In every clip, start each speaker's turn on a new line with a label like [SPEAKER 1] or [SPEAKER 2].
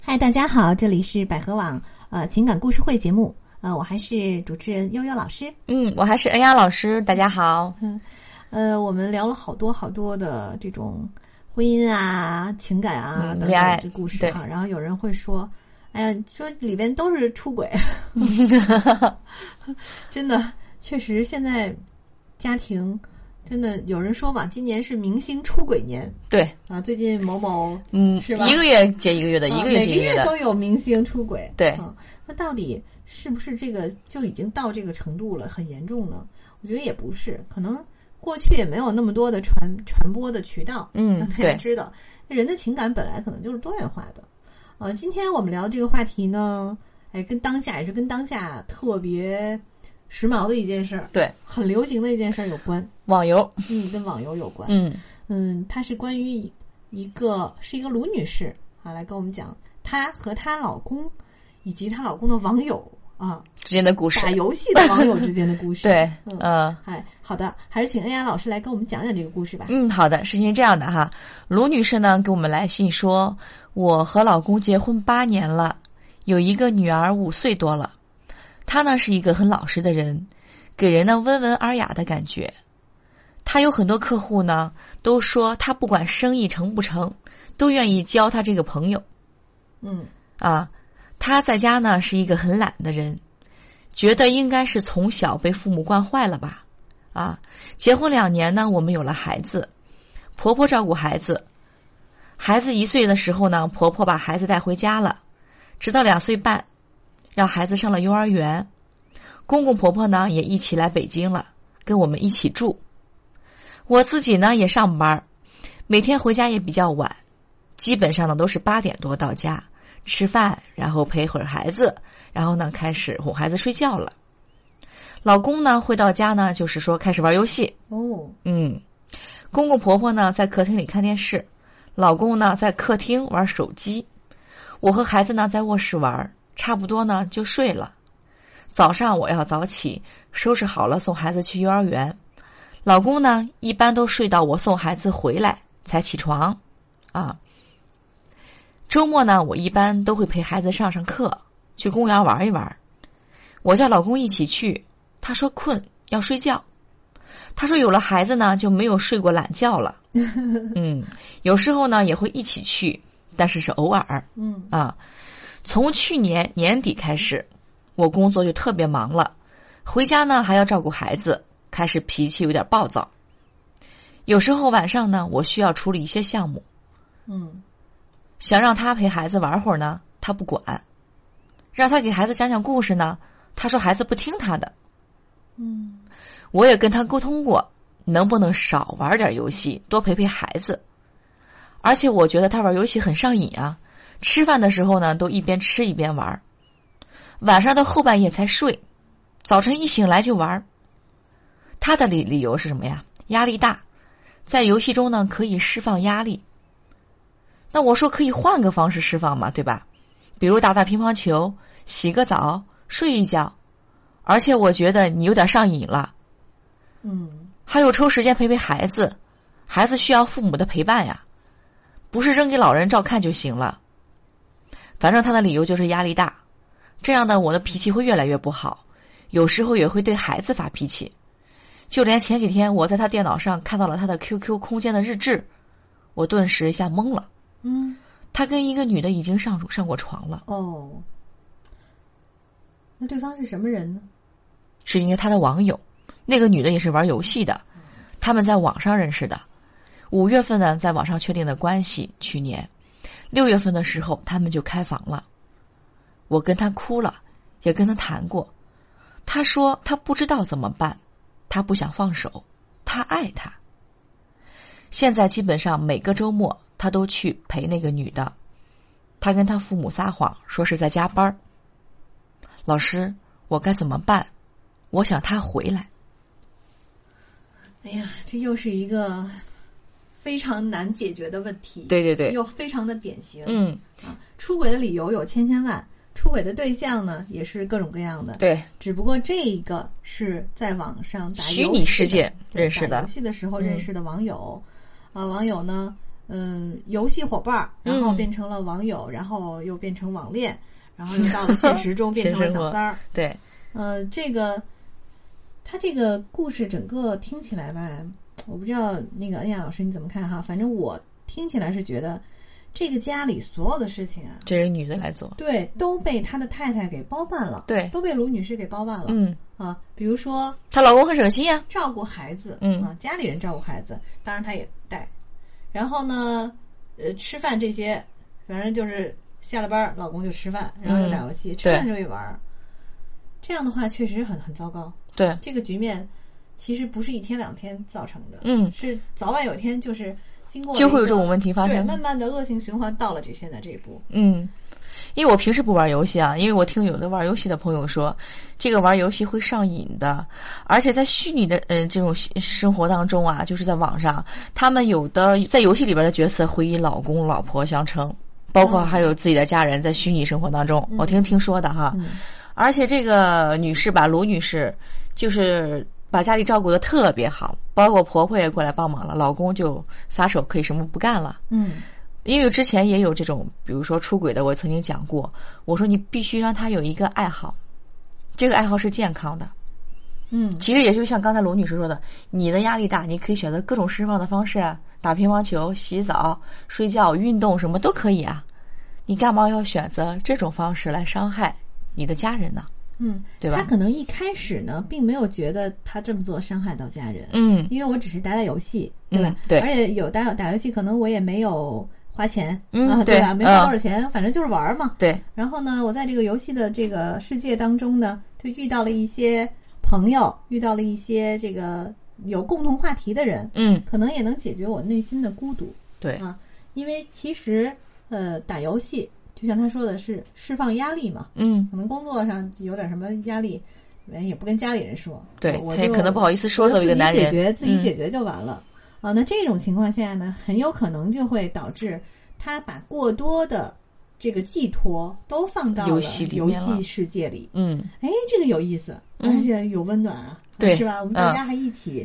[SPEAKER 1] 嗨，大家好，这里是百合网呃情感故事会节目，呃，我还是主持人悠悠老师。
[SPEAKER 2] 嗯，我还是恩雅老师，大家好。
[SPEAKER 1] 呃，我们聊了好多好多的这种婚姻啊、情感啊、
[SPEAKER 2] 嗯
[SPEAKER 1] 等等
[SPEAKER 2] 恋爱
[SPEAKER 1] 这故事啊，然后有人会说。哎呀，说里边都是出 轨，真的，确实现在家庭真的有人说嘛，今年是明星出轨年
[SPEAKER 2] 对，
[SPEAKER 1] 啊。最近某某
[SPEAKER 2] 嗯，
[SPEAKER 1] 是吧
[SPEAKER 2] 一个月接一个月的，一
[SPEAKER 1] 啊
[SPEAKER 2] 个月
[SPEAKER 1] 每
[SPEAKER 2] 接
[SPEAKER 1] 个
[SPEAKER 2] 一个月
[SPEAKER 1] 月
[SPEAKER 2] 的，
[SPEAKER 1] 都有明星出轨，
[SPEAKER 2] 对
[SPEAKER 1] 啊，那到底是不是这个就已经到这个程度了，很严重呢？我觉得也不是，可能过去也没有那么多的传传播的渠道，
[SPEAKER 2] 嗯
[SPEAKER 1] 让，大家
[SPEAKER 2] 对，
[SPEAKER 1] 知道人的情感本来可能就是多元化的。啊，今天我们聊这个话题呢，哎，跟当下也是跟当下特别时髦的一件事儿，
[SPEAKER 2] 对，
[SPEAKER 1] 很流行的一件事儿有关，
[SPEAKER 2] 网游，
[SPEAKER 1] 嗯，跟网游有关，
[SPEAKER 2] 嗯，
[SPEAKER 1] 嗯，它是关于一一个是一个卢女士啊，来跟我们讲她和她老公以及她老公的网友啊，
[SPEAKER 2] 之间的故事
[SPEAKER 1] 打，游戏的网友之间的故事。
[SPEAKER 2] 对，
[SPEAKER 1] 嗯
[SPEAKER 2] 嗯。
[SPEAKER 1] 哎，好的，还是请恩雅老师来跟我们讲讲这个故事吧。
[SPEAKER 2] 嗯，好的，事情是这样的哈，卢女士呢给我们来信说，我和老公结婚八年了，有一个女儿五岁多了，他呢是一个很老实的人，给人呢温文尔雅的感觉。他有很多客户呢都说他不管生意成不成，都愿意交他这个朋友
[SPEAKER 1] 嗯
[SPEAKER 2] 啊。他在家呢是一个很懒的人，觉得应该是从小被父母惯坏了吧。啊，结婚两年呢，我们有了孩子，婆婆照顾孩子。孩子一岁的时候呢，婆婆把孩子带回家了，直到两岁半，让孩子上了幼儿园。公公婆婆呢也一起来北京了，跟我们一起住。我自己呢也上班儿，每天回家也比较晚，基本上呢都是八点多到家，吃饭，然后陪会儿孩子，然后呢开始哄孩子睡觉了。老公呢回到家呢，就是说开始玩游戏，
[SPEAKER 1] 哦，
[SPEAKER 2] 嗯，公公婆婆呢在客厅里看电视，老公呢在客厅玩手机，我和孩子呢在卧室玩，差不多呢就睡了。早上我要早起，收拾好了送孩子去幼儿园。老公呢一般都睡到我送孩子回来才起床，啊。周末呢，我一般都会陪孩子上上课，去公园玩一玩。我叫老公一起去，他说困要睡觉。他说有了孩子呢，就没有睡过懒觉了。嗯，有时候呢也会一起去，但是是偶尔
[SPEAKER 1] 嗯
[SPEAKER 2] 啊。从去年年底开始，我工作就特别忙了，回家呢还要照顾孩子，开始脾气有点暴躁。有时候晚上呢，我需要处理一些项目，
[SPEAKER 1] 嗯
[SPEAKER 2] 想让他陪孩子玩会儿呢，他不管；让他给孩子讲讲故事呢，他说孩子不听他的。
[SPEAKER 1] 嗯
[SPEAKER 2] 我也跟他沟通过，能不能少玩点游戏，多陪陪孩子。而且我觉得他玩游戏很上瘾啊，吃饭的时候呢，都一边吃一边玩，晚上到后半夜才睡，早晨一醒来就玩。他的理理由是什么呀？压力大，在游戏中呢可以释放压力。那我说可以换个方式释放嘛，对吧？比如打打乒乓球，洗个澡，睡一觉。而且我觉得你有点上瘾了，
[SPEAKER 1] 嗯
[SPEAKER 2] 还有抽时间陪陪孩子，孩子需要父母的陪伴呀，不是扔给老人照看就行了。反正他的理由就是压力大，这样呢，我的脾气会越来越不好，有时候也会对孩子发脾气。就连前几天我在他电脑上看到了他的 QQ 空间的日志，我顿时一下懵了。
[SPEAKER 1] 嗯，
[SPEAKER 2] 他跟一个女的已经上上过床了，
[SPEAKER 1] 哦，那对方是什么人呢？
[SPEAKER 2] 是因为他的网友，那个女的也是玩游戏的，他们在网上认识的。五月份呢，在网上确定的关系，去年六月份的时候，他们就开房了。我跟他哭了，也跟他谈过，他说他不知道怎么办，他不想放手，他爱他。现在基本上每个周末他都去陪那个女的，他跟他父母撒谎说是在加班儿。老师，我该怎么办？我想他回来。
[SPEAKER 1] 哎呀，这又是一个非常难解决的问题，，
[SPEAKER 2] 对
[SPEAKER 1] 又非常的典型，
[SPEAKER 2] 嗯，
[SPEAKER 1] 啊，出轨的理由有千千万，出轨的对象呢也是各种各样的。
[SPEAKER 2] 对，
[SPEAKER 1] 只不过这一个是在网上打游戏
[SPEAKER 2] 虚拟世界
[SPEAKER 1] 对
[SPEAKER 2] 认识
[SPEAKER 1] 打游
[SPEAKER 2] 的，
[SPEAKER 1] 戏的时候
[SPEAKER 2] 嗯
[SPEAKER 1] 认识的网友，啊，网友呢嗯游戏伙伴儿，然后
[SPEAKER 2] 嗯
[SPEAKER 1] 变成了网友，然后又变成网恋，然后又到了现实中变
[SPEAKER 2] 现
[SPEAKER 1] 成了
[SPEAKER 2] 生
[SPEAKER 1] 小
[SPEAKER 2] 活
[SPEAKER 1] 三 儿。
[SPEAKER 2] 对，
[SPEAKER 1] 呃，这个他这个故事整个听起来吧，我不知道那个恩雅老师你怎么看哈，反正我听起来是觉得这个家里所有的事情啊，
[SPEAKER 2] 这是女的来做，
[SPEAKER 1] 对，都被他的太太给包办了，
[SPEAKER 2] 对，
[SPEAKER 1] 都被卢女士给包办了、
[SPEAKER 2] 嗯，
[SPEAKER 1] 啊。比如说
[SPEAKER 2] 她老公很省心呀，
[SPEAKER 1] 照顾孩子，
[SPEAKER 2] 嗯
[SPEAKER 1] 啊，家里人照顾孩子，当然她也带。然后呢，呃，吃饭这些，反正就是下了班儿，老公就吃饭，然后就打游
[SPEAKER 2] 嗯
[SPEAKER 1] 戏，吃饭之后也玩儿。这样的话确实很很糟糕。
[SPEAKER 2] 对，
[SPEAKER 1] 这个局面其实不是一天两天造成的，
[SPEAKER 2] 嗯，
[SPEAKER 1] 是早晚有一天就是经过
[SPEAKER 2] 就会有
[SPEAKER 1] 一个
[SPEAKER 2] 这种问题发
[SPEAKER 1] 对
[SPEAKER 2] 生，
[SPEAKER 1] 慢慢的恶性循环到了这现在这一步，
[SPEAKER 2] 嗯，因为我平时不玩游戏啊，因为我听有的玩游戏的朋友说，这个玩游戏会上瘾的，而且在虚拟的呃这种西生活当中啊，就是在网上，他们有的在游戏里边的角色会以老公老婆相称，包括
[SPEAKER 1] 嗯
[SPEAKER 2] 还有自己的家人，在虚拟生活当中，我听听说的哈。
[SPEAKER 1] 嗯
[SPEAKER 2] 而且这个女士吧，卢女士，就是把家里照顾的特别好，包括婆婆也过来帮忙了，老公就撒手可以什么不干了。
[SPEAKER 1] 嗯
[SPEAKER 2] 因为之前也有这种，比如说出轨的，我曾经讲过，我说你必须让他有一个爱好，这个爱好是健康的。
[SPEAKER 1] 嗯
[SPEAKER 2] 其实也就像刚才罗女士说的，你的压力大，你可以选择各种释放的方式啊，打乒乓球、洗澡、睡觉、运动，什么都可以啊。你干嘛要选择这种方式来伤害你的家人呢？
[SPEAKER 1] 嗯，
[SPEAKER 2] 对吧
[SPEAKER 1] 他可能一开始呢，并没有觉得他这么做伤害到家人，
[SPEAKER 2] 嗯
[SPEAKER 1] 因为我只是打打游戏，对吧？
[SPEAKER 2] 嗯对
[SPEAKER 1] 而且有打打游戏，可能我也没有花钱，
[SPEAKER 2] 嗯
[SPEAKER 1] 啊，
[SPEAKER 2] 对
[SPEAKER 1] 吧？没花
[SPEAKER 2] 嗯
[SPEAKER 1] 多少钱，反正就是玩儿嘛。
[SPEAKER 2] 对，
[SPEAKER 1] 然后呢，我在这个游戏的这个世界当中呢，就遇到了一些朋友，遇到了一些这个有共同话题的人，
[SPEAKER 2] 嗯，
[SPEAKER 1] 可能也能解决我内心的孤独。
[SPEAKER 2] 对，
[SPEAKER 1] 啊，因为其实呃，打游戏就像他说的是释放压力嘛，
[SPEAKER 2] 嗯，
[SPEAKER 1] 可能工作上有点什么压力，呃也不跟家里人说，
[SPEAKER 2] 对
[SPEAKER 1] 我，
[SPEAKER 2] 他也
[SPEAKER 1] 就
[SPEAKER 2] 可能不好意思说作为一个男
[SPEAKER 1] 我就自己解决
[SPEAKER 2] 人，嗯
[SPEAKER 1] 自己解决就完了、啊。那这种情况下呢，很有可能就会导致他把过多的这个寄托都放到了
[SPEAKER 2] 游戏里
[SPEAKER 1] 游
[SPEAKER 2] 面了
[SPEAKER 1] 戏世界里。
[SPEAKER 2] 嗯，嗯，
[SPEAKER 1] 哎，这个有意思，
[SPEAKER 2] 嗯
[SPEAKER 1] 而且有温暖啊，
[SPEAKER 2] 对嗯
[SPEAKER 1] 是吧？我们大家还一起、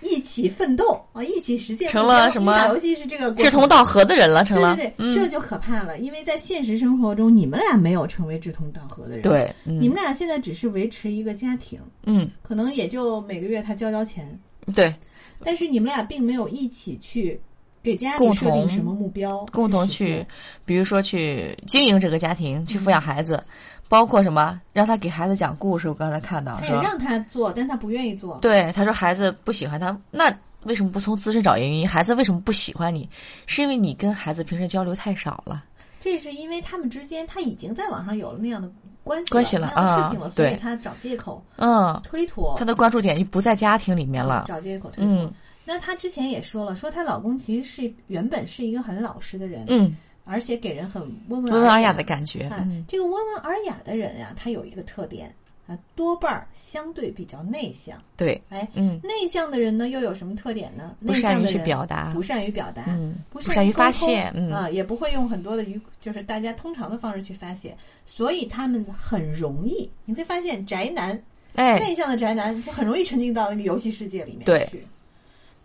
[SPEAKER 1] 一起奋斗啊，一起实现目标。
[SPEAKER 2] 成了什么
[SPEAKER 1] 因为打游戏是这个过程
[SPEAKER 2] 志同道合的人了，成了，
[SPEAKER 1] 对对对，这
[SPEAKER 2] 嗯，
[SPEAKER 1] 就可怕了，因为在现实生活中，你们俩没有成为志同道合的人，，
[SPEAKER 2] 对，嗯
[SPEAKER 1] 你们俩现在只是维持一个家庭，
[SPEAKER 2] 嗯，
[SPEAKER 1] 可能也就每个月他交交钱，
[SPEAKER 2] 对，
[SPEAKER 1] 但是你们俩并没有一起去给家里
[SPEAKER 2] 共
[SPEAKER 1] 设定
[SPEAKER 2] 同
[SPEAKER 1] 什么目标，
[SPEAKER 2] 共同
[SPEAKER 1] 实
[SPEAKER 2] 去
[SPEAKER 1] 现，
[SPEAKER 2] 比如说去经营这个家庭，去抚
[SPEAKER 1] 嗯
[SPEAKER 2] 养孩子，包括什么让他给孩子讲故事。我刚才看到
[SPEAKER 1] 他也
[SPEAKER 2] 说，
[SPEAKER 1] 让他做，但他不愿意做，
[SPEAKER 2] 对他说孩子不喜欢他，那为什么不从自身找原因？孩子为什么不喜欢你？是因为你跟孩子平时交流太少了。
[SPEAKER 1] 这是因为他们之间他已经在网上有了那样的关系
[SPEAKER 2] 关系
[SPEAKER 1] 了
[SPEAKER 2] 了，
[SPEAKER 1] 那样的事
[SPEAKER 2] 啊
[SPEAKER 1] 情了，所以
[SPEAKER 2] 对
[SPEAKER 1] 他找借口
[SPEAKER 2] 嗯，
[SPEAKER 1] 推脱，
[SPEAKER 2] 他的关注点就不在家庭里面了。
[SPEAKER 1] 找借口推脱。
[SPEAKER 2] 嗯
[SPEAKER 1] 那她之前也说了，说她老公其实是原本是一个很老实的人，
[SPEAKER 2] 嗯，
[SPEAKER 1] 而且给人很温文
[SPEAKER 2] 温文
[SPEAKER 1] 尔
[SPEAKER 2] 尔雅的感觉。
[SPEAKER 1] 哎
[SPEAKER 2] 嗯，
[SPEAKER 1] 这个温文尔雅的人呀、他有一个特点啊，多半儿相对比较内向。
[SPEAKER 2] 对，
[SPEAKER 1] 哎，
[SPEAKER 2] 嗯，
[SPEAKER 1] 内向的人呢，又有什么特点呢？
[SPEAKER 2] 不善于去
[SPEAKER 1] 内向
[SPEAKER 2] 表达
[SPEAKER 1] 的人，不善于表达，
[SPEAKER 2] 嗯，
[SPEAKER 1] 不
[SPEAKER 2] 善于
[SPEAKER 1] 沟通
[SPEAKER 2] 发泄，嗯，
[SPEAKER 1] 啊，也不会用很多的语，就是大家通常的方式去发泄，所以他们很容易，你会发现宅男
[SPEAKER 2] 哎，
[SPEAKER 1] 内向的宅男就很容易沉浸到那个游戏世界里面
[SPEAKER 2] 对
[SPEAKER 1] 去。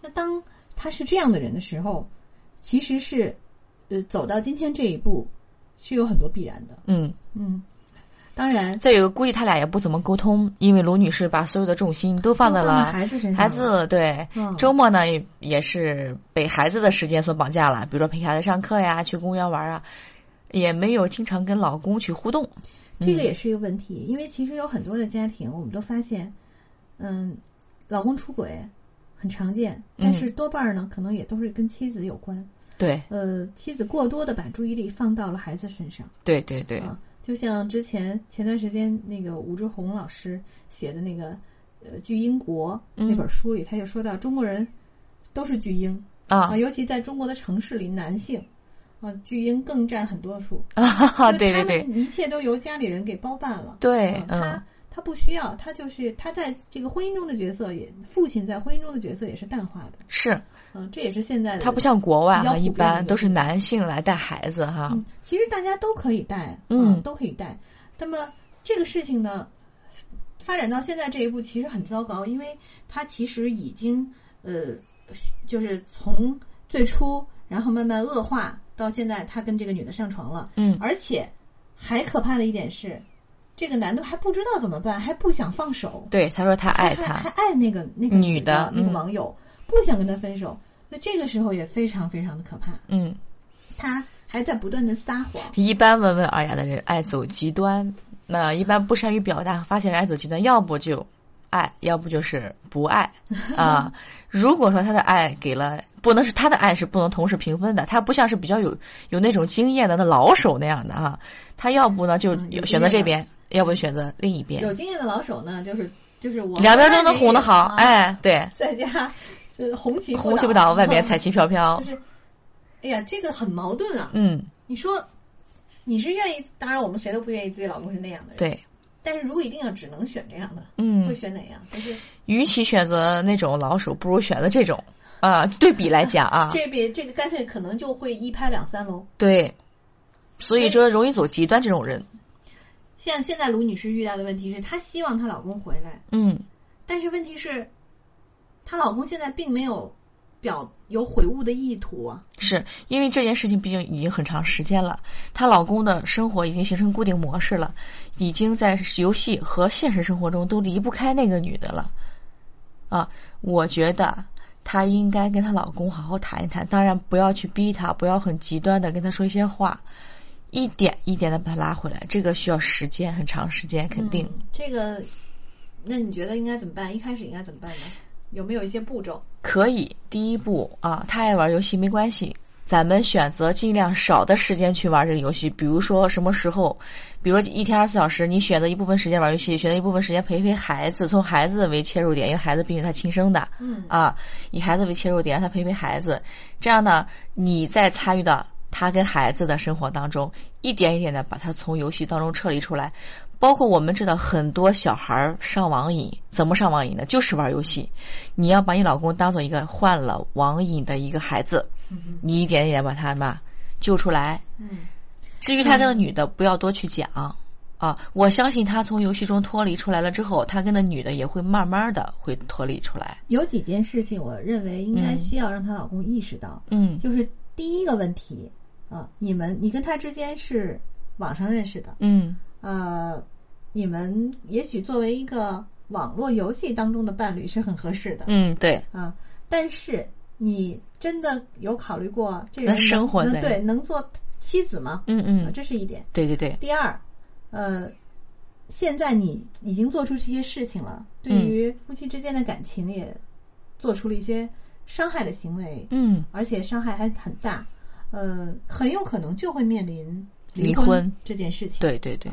[SPEAKER 1] 那当他是这样的人的时候，其实是呃走到今天这一步是有很多必然的。
[SPEAKER 2] 嗯。
[SPEAKER 1] 嗯，当然
[SPEAKER 2] 再有个，估计他俩也不怎么沟通，因为卢女士把所有的重心都放在
[SPEAKER 1] 都放
[SPEAKER 2] 了
[SPEAKER 1] 孩子身上了，
[SPEAKER 2] 孩子对，
[SPEAKER 1] 嗯
[SPEAKER 2] 周末呢也也是被孩子的时间所绑架了，比如说陪孩子上课呀、去公园玩啊，也没有经常跟老公去互动。
[SPEAKER 1] 这
[SPEAKER 2] 嗯
[SPEAKER 1] 个也是一个问题，因为其实有很多的家庭，我们都发现，嗯，老公出轨很常见，
[SPEAKER 2] 嗯
[SPEAKER 1] 但是多半儿呢，可能也都是跟妻子有关。
[SPEAKER 2] 对
[SPEAKER 1] 呃，妻子过多的把注意力放到了孩子身上。
[SPEAKER 2] 对对对，
[SPEAKER 1] 啊，就像之前前段时间那个武志红老师写的那个呃《巨婴国》那
[SPEAKER 2] 嗯
[SPEAKER 1] 本书里，他就说到中国人都是巨婴
[SPEAKER 2] 啊
[SPEAKER 1] 尤其在中国的城市里，男性啊巨婴更占很多数。
[SPEAKER 2] 啊，
[SPEAKER 1] 就
[SPEAKER 2] 对对
[SPEAKER 1] 他
[SPEAKER 2] 对
[SPEAKER 1] 们一切都由家里人给包办了。
[SPEAKER 2] 对
[SPEAKER 1] 啊，
[SPEAKER 2] 嗯
[SPEAKER 1] 他他不需要，他就是他在这个婚姻中的角色也，父亲在婚姻中的角色也是淡化的。
[SPEAKER 2] 是，
[SPEAKER 1] 嗯、这也是现在的
[SPEAKER 2] 他不像国外
[SPEAKER 1] 比较普
[SPEAKER 2] 哈，
[SPEAKER 1] 遍
[SPEAKER 2] 一
[SPEAKER 1] 的一
[SPEAKER 2] 般
[SPEAKER 1] 个
[SPEAKER 2] 都是
[SPEAKER 1] 现象
[SPEAKER 2] 男性来带孩子哈。
[SPEAKER 1] 嗯，其实大家都可以带，
[SPEAKER 2] 啊嗯
[SPEAKER 1] 啊都可以带。那么这个事情呢，发展到现在这一步，其实很糟糕，因为它其实已经呃，就是从最初然后慢慢恶化到现在，他跟这个女的上床了。
[SPEAKER 2] 嗯
[SPEAKER 1] 而且还可怕的一点是，这个男的还不知道怎么办，还不想放手，
[SPEAKER 2] 对，他说他爱
[SPEAKER 1] 还
[SPEAKER 2] 他
[SPEAKER 1] 还，爱那个那个
[SPEAKER 2] 女
[SPEAKER 1] 的
[SPEAKER 2] 的
[SPEAKER 1] 那个
[SPEAKER 2] 嗯
[SPEAKER 1] 网友，不想跟他分手。那这个时候也非常非常的可怕，
[SPEAKER 2] 嗯，
[SPEAKER 1] 他还在不断的撒谎。
[SPEAKER 2] 一般温文尔雅的人爱走极端，那一般不善于表达，发现人爱走极端，要不就爱，要不就是不爱啊。如果说他的爱给了，不能是他的爱是不能同时平分的，他不像是比较有有那种经验的那老手那样的啊，他要不呢就
[SPEAKER 1] 嗯有
[SPEAKER 2] 有
[SPEAKER 1] 经
[SPEAKER 2] 选择这
[SPEAKER 1] 验的
[SPEAKER 2] 边，要不选择另一边，
[SPEAKER 1] 有经验的老手呢，就是就是我
[SPEAKER 2] 两边都能哄得好，
[SPEAKER 1] 啊，
[SPEAKER 2] 哎，对，
[SPEAKER 1] 在家呃红旗
[SPEAKER 2] 红旗不倒，外面彩
[SPEAKER 1] 才
[SPEAKER 2] 旗飘飘
[SPEAKER 1] 就，是，哎呀，这个很矛盾啊。
[SPEAKER 2] 嗯，
[SPEAKER 1] 你说你是愿意，当然我们谁都不愿意自己老公是那样的人，。
[SPEAKER 2] 对，
[SPEAKER 1] 但是如果一定要只能选这样的，
[SPEAKER 2] 嗯，
[SPEAKER 1] 会选哪样？就是
[SPEAKER 2] 与其选择那种老鼠，不如选择这种啊、对比来讲啊，
[SPEAKER 1] 这边这个干脆可能就会一拍两散喽。
[SPEAKER 2] 对，所以
[SPEAKER 1] 对
[SPEAKER 2] 说容易走极端这种人，
[SPEAKER 1] 像现在卢女士遇到的问题是，她希望她老公回来，
[SPEAKER 2] 嗯，
[SPEAKER 1] 但是问题是，她老公现在并没有表有悔悟的意图啊。
[SPEAKER 2] 是因为这件事情毕竟已经很长时间了，她老公的生活已经形成固定模式了，已经在游戏和现实生活中都离不开那个女的了，啊，我觉得她应该跟她老公好好谈一谈，当然不要去逼她，不要很极端的跟她说一些话，一点一点的把她拉回来，这个需要时间，很长时间，肯定。
[SPEAKER 1] 嗯这个，那你觉得应该怎么办？一开始应该怎么办呢？有没有一些步骤？
[SPEAKER 2] 可以，第一步啊，他爱玩游戏没关系，咱们选择尽量少的时间去玩这个游戏。比如说什么时候，比如说一天二十四小时，你选择一部分时间玩游戏，选择一部分时间陪陪孩子，从孩子为切入点，因为孩子毕竟他亲生的
[SPEAKER 1] 嗯
[SPEAKER 2] 啊，以孩子为切入点，让他陪陪孩子。这样呢，你再参与到他跟孩子的生活当中，一点一点的把他从游戏当中撤离出来。包括我们知道很多小孩儿上网瘾，怎么上网瘾呢？就是玩游戏。你要把你老公当做一个患了网瘾的一个孩子，你一点一点把他嘛救出来。
[SPEAKER 1] 嗯，
[SPEAKER 2] 至于他跟那女的，不要多去讲啊！我相信他从游戏中脱离出来了之后，他跟那女的也会慢慢的会脱离出来。
[SPEAKER 1] 有几件事情，我认为应该
[SPEAKER 2] 嗯
[SPEAKER 1] 需要让她老公意识到，
[SPEAKER 2] 嗯
[SPEAKER 1] 就是第一个问题啊，你们你跟他之间是网上认识的，
[SPEAKER 2] 嗯
[SPEAKER 1] 呃，你们也许作为一个网络游戏当中的伴侣是很合适的
[SPEAKER 2] 嗯，对，
[SPEAKER 1] 啊，但是你真的有考虑过这
[SPEAKER 2] 能
[SPEAKER 1] 人
[SPEAKER 2] 生活
[SPEAKER 1] 能
[SPEAKER 2] 在
[SPEAKER 1] 对能做妻子吗？
[SPEAKER 2] 嗯
[SPEAKER 1] 啊
[SPEAKER 2] 嗯，
[SPEAKER 1] 这是一点。
[SPEAKER 2] 对对对，
[SPEAKER 1] 第二，呃，现在你已经做出这些事情了，对
[SPEAKER 2] 嗯
[SPEAKER 1] 于夫妻之间的感情也做出了一些伤害的行为，
[SPEAKER 2] 嗯
[SPEAKER 1] 而且伤害还很大，呃，很有可能就会面临
[SPEAKER 2] 离
[SPEAKER 1] 婚
[SPEAKER 2] 婚
[SPEAKER 1] 这件事情。，
[SPEAKER 2] 对对对，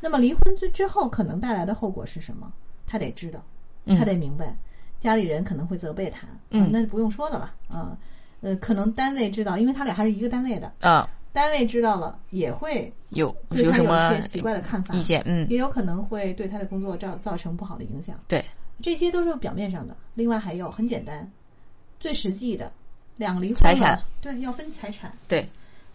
[SPEAKER 1] 那么离婚之之后可能带来的后果是什么？他得知道，
[SPEAKER 2] 嗯
[SPEAKER 1] 他得明白，家里人可能会责备他，啊
[SPEAKER 2] 嗯，
[SPEAKER 1] 那不用说的了啊。呃，可能单位知道，因为他俩还是一个单位的，
[SPEAKER 2] 啊，
[SPEAKER 1] 单位知道了也会
[SPEAKER 2] 有
[SPEAKER 1] 对他
[SPEAKER 2] 什么
[SPEAKER 1] 有一些奇怪的看法
[SPEAKER 2] 意见？嗯，
[SPEAKER 1] 也有可能会对他的工作造造成不好的影响。
[SPEAKER 2] 对，
[SPEAKER 1] 这些都是表面上的。另外还有很简单，最实际的，两离婚
[SPEAKER 2] 财
[SPEAKER 1] 了
[SPEAKER 2] 产，
[SPEAKER 1] 对，要分财产。
[SPEAKER 2] 对，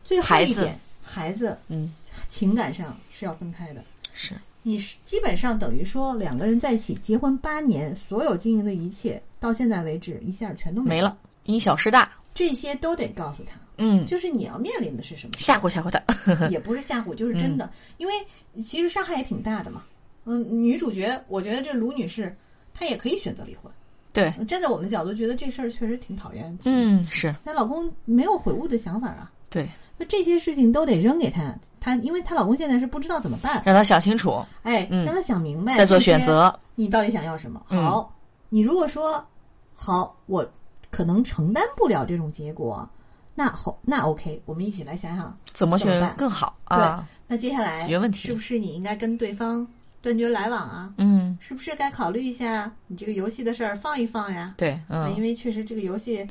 [SPEAKER 1] 最后
[SPEAKER 2] 孩
[SPEAKER 1] 一
[SPEAKER 2] 子
[SPEAKER 1] 点，孩子
[SPEAKER 2] 嗯
[SPEAKER 1] 情感上是要分开的。
[SPEAKER 2] 是，
[SPEAKER 1] 你是基本上等于说两个人在一起结婚八年，所有经营的一切到现在为止，一下全都
[SPEAKER 2] 没
[SPEAKER 1] 了
[SPEAKER 2] 了。，因小失大，
[SPEAKER 1] 这些都得告诉他，
[SPEAKER 2] 嗯，
[SPEAKER 1] 就是你要面临的是什么。
[SPEAKER 2] 吓唬吓唬他，
[SPEAKER 1] 也不是吓唬，就是真
[SPEAKER 2] 嗯
[SPEAKER 1] 的，因为其实伤害也挺大的嘛。嗯，女主角，我觉得这卢女士，她也可以选择离婚。
[SPEAKER 2] 对，
[SPEAKER 1] 站在我们角度，觉得这事儿确实挺讨厌。，
[SPEAKER 2] 嗯，是
[SPEAKER 1] 她老公没有悔悟的想法啊，
[SPEAKER 2] 对，
[SPEAKER 1] 那这些事情都得扔给她。她因为她老公现在是不知道怎么办，
[SPEAKER 2] 让他想清楚，
[SPEAKER 1] 哎，
[SPEAKER 2] 嗯
[SPEAKER 1] 让她想明白，
[SPEAKER 2] 再做选，择。
[SPEAKER 1] 你到底想要什么？
[SPEAKER 2] 嗯
[SPEAKER 1] 好，你如果说好，我可能承担不了这种结果，那好，那 OK，我们一起来想想
[SPEAKER 2] 怎么去
[SPEAKER 1] 怎么办
[SPEAKER 2] 更好啊？
[SPEAKER 1] 那接下来
[SPEAKER 2] 解决问题
[SPEAKER 1] 是不是你应该跟对方断绝来往啊？
[SPEAKER 2] 嗯，
[SPEAKER 1] 是不是该考虑一下你这个游戏的事儿放一放呀？
[SPEAKER 2] 对，
[SPEAKER 1] 啊因
[SPEAKER 2] 嗯，
[SPEAKER 1] 为确实这个游戏，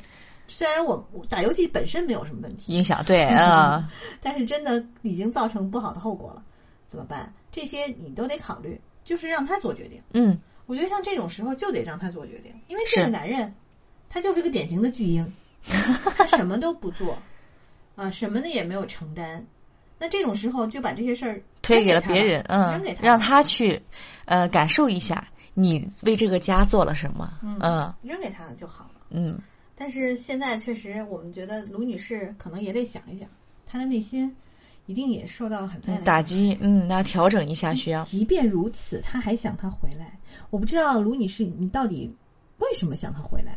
[SPEAKER 1] 虽然我我打游戏本身没有什么问题，
[SPEAKER 2] 影响对
[SPEAKER 1] 嗯
[SPEAKER 2] 啊，
[SPEAKER 1] 但是真的已经造成不好的后果了，怎么办？这些你都得考虑，就是让他做决定。
[SPEAKER 2] 嗯，
[SPEAKER 1] 我觉得像这种时候就得让他做决定，因为这个
[SPEAKER 2] 是
[SPEAKER 1] 男人，他就是个典型的巨 婴，他什么都不做，啊，什么的也没有承担。那这种时候就把这些事儿
[SPEAKER 2] 推给了
[SPEAKER 1] 他吧
[SPEAKER 2] 别人，
[SPEAKER 1] 扔
[SPEAKER 2] 嗯
[SPEAKER 1] 给，他吧，
[SPEAKER 2] 让他去，呃，感受一下你为这个家做了什么，
[SPEAKER 1] 嗯
[SPEAKER 2] 嗯
[SPEAKER 1] 扔给他就好了。
[SPEAKER 2] 嗯，
[SPEAKER 1] 但是现在确实，我们觉得卢女士可能也得想一想，她的内心一定也受到了很大的
[SPEAKER 2] 打击。嗯，那调整一下需要。
[SPEAKER 1] 即便如此，她还想他回来。我不知道卢女士，你到底为什么想他回来？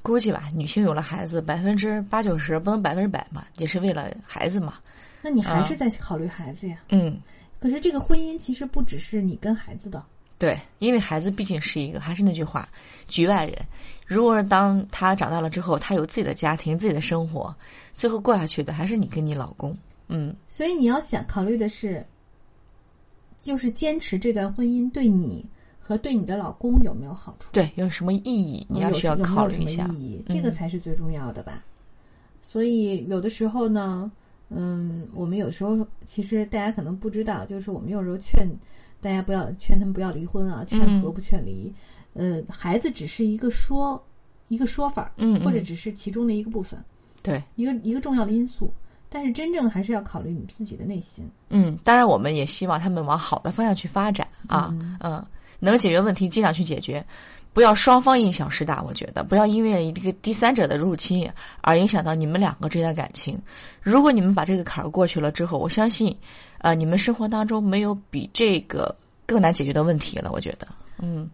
[SPEAKER 2] 估计吧，女性有了孩子，百分之八九十不能百分之百嘛，也是为了孩子嘛。
[SPEAKER 1] 那你还是在考虑孩子呀？
[SPEAKER 2] 嗯。
[SPEAKER 1] 可是这个婚姻其实不只是你跟孩子的。
[SPEAKER 2] 对，因为孩子毕竟是一个，还是那句话，局外人。如果是当他长大了之后，他有自己的家庭、自己的生活，最后过下去的还是你跟你老公。嗯，
[SPEAKER 1] 所以你要想考虑的是，就是坚持这段婚姻对你和对你的老公有没有好处？
[SPEAKER 2] 对，有什么意义？你要需要考虑一
[SPEAKER 1] 嗯
[SPEAKER 2] 下，嗯
[SPEAKER 1] 有有意义这个才是最重要的吧。嗯、所以有的时候呢，嗯，我们有时候其实大家可能不知道，就是我们有时候劝。大家不要劝他们不要离婚啊，劝和不劝离，嗯、呃，孩子只是一个说一个说法，
[SPEAKER 2] 嗯，
[SPEAKER 1] 或者只是其中的一个部分，
[SPEAKER 2] 对，
[SPEAKER 1] 一个一个重要的因素。但是真正还是要考虑你自己的内心。
[SPEAKER 2] 嗯，当然我们也希望他们往好的方向去发展啊，
[SPEAKER 1] 嗯,
[SPEAKER 2] 嗯，能解决问题尽量去解决，不要双方因小失大。我觉得不要因为一个第三者的入侵而影响到你们两个这段感情。如果你们把这个坎儿过去了之后，我相信。呃，你们生活当中没有比这个更难解决的问题了，我觉得。嗯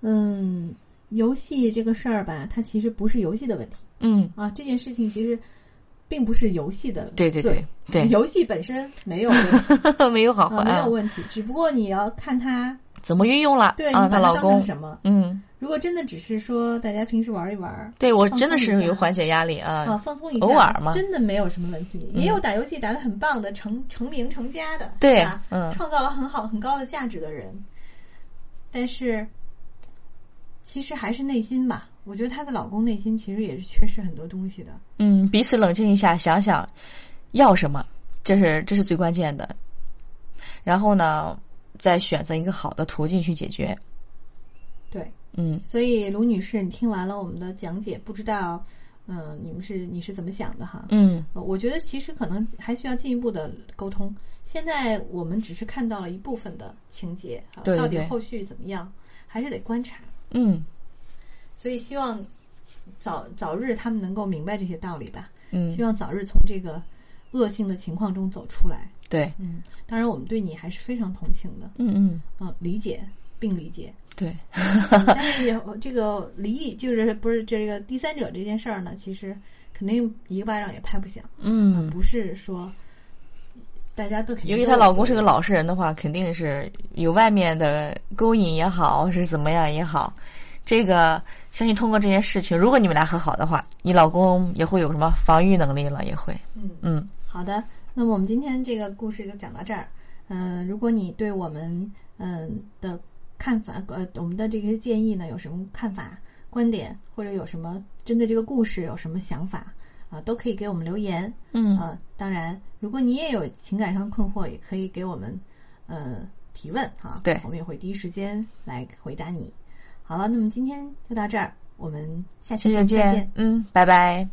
[SPEAKER 1] 嗯，游戏这个事儿吧，它其实不是游戏的问题。
[SPEAKER 2] 嗯
[SPEAKER 1] 啊，这件事情其实并不是游戏的
[SPEAKER 2] 对对对对，
[SPEAKER 1] 游戏本身没有问
[SPEAKER 2] 题，没有好坏、
[SPEAKER 1] 啊啊，没有问题，只不过你要看它
[SPEAKER 2] 怎么运用了。
[SPEAKER 1] 对，
[SPEAKER 2] 啊，她老公
[SPEAKER 1] 什么？
[SPEAKER 2] 嗯，
[SPEAKER 1] 如果真的只是说大家平时玩一玩，
[SPEAKER 2] 对我真的是有缓解压力
[SPEAKER 1] 啊
[SPEAKER 2] 啊，
[SPEAKER 1] 放松一下，
[SPEAKER 2] 偶尔嘛，嗯
[SPEAKER 1] 真的没有什么问题。也有打游戏打得很棒的，成成名成家的，
[SPEAKER 2] 对，
[SPEAKER 1] 嗯，创造了很好很高的价值的人。但是，其实还是内心吧。我觉得她的老公内心其实也是缺失很多东西的。
[SPEAKER 2] 嗯，彼此冷静一下，想想要什么，这是这是最关键的。然后呢，再选择一个好的途径去解决。
[SPEAKER 1] 对。
[SPEAKER 2] 嗯，
[SPEAKER 1] 所以卢女士，你听完了我们的讲解，不知道，嗯、呃，你们是你是怎么想的哈？
[SPEAKER 2] 嗯，
[SPEAKER 1] 呃我觉得其实可能还需要进一步的沟通。现在我们只是看到了一部分的情节，啊、
[SPEAKER 2] 对对对
[SPEAKER 1] 到底后续怎么样，还是得观察。
[SPEAKER 2] 嗯，
[SPEAKER 1] 所以希望早早日他们能够明白这些道理吧。
[SPEAKER 2] 嗯，
[SPEAKER 1] 希望早日从这个恶性的情况中走出来。
[SPEAKER 2] 对，
[SPEAKER 1] 嗯，当然我们对你还是非常同情的。
[SPEAKER 2] 嗯嗯，
[SPEAKER 1] 嗯、呃，理解并理解。
[SPEAKER 2] 对，
[SPEAKER 1] 但是这个离异就是不是这个第三者这件事儿呢？其实肯定一个巴掌也拍不响。
[SPEAKER 2] 嗯，
[SPEAKER 1] 不是说大家都肯定。
[SPEAKER 2] 由于她老公是个老实人的话，肯定是有外面的勾引也好，是怎么样也好，这个相信通过这件事情，如果你们俩和好的话，你老公也会有什么防御能力了，也会。
[SPEAKER 1] 嗯
[SPEAKER 2] 嗯，嗯
[SPEAKER 1] 好的。那么我们今天这个故事就讲到这儿。嗯、呃，如果你对我们嗯、呃、的。看法呃，我们的这些建议呢，有什么看法、观点，或者有什么针对这个故事有什么想法啊，都可以给我们留言。
[SPEAKER 2] 嗯
[SPEAKER 1] 啊，当然，如果你也有情感上困惑，也可以给我们呃提问哈。啊、
[SPEAKER 2] 对，
[SPEAKER 1] 我们也会第一时间来回答你。好了，那么今天就到这儿，我们下期
[SPEAKER 2] 再
[SPEAKER 1] 见。再
[SPEAKER 2] 见嗯，拜拜。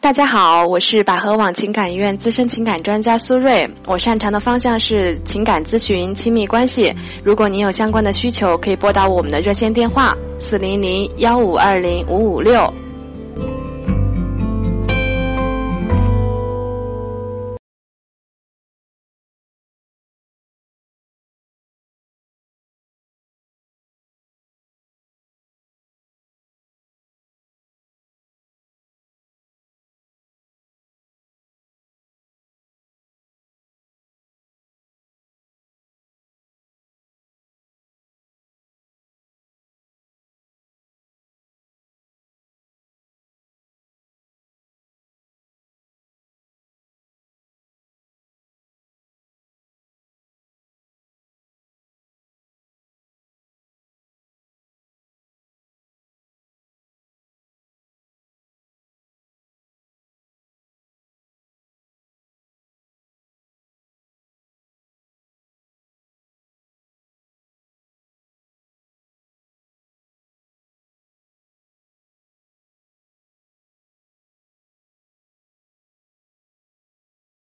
[SPEAKER 3] 大家好，我是百合网情感医院资深情感专家苏瑞。我擅长的方向是情感咨询、亲密关系。如果您有相关的需求，可以拨打我们的热线电话四零零幺五二零五五六。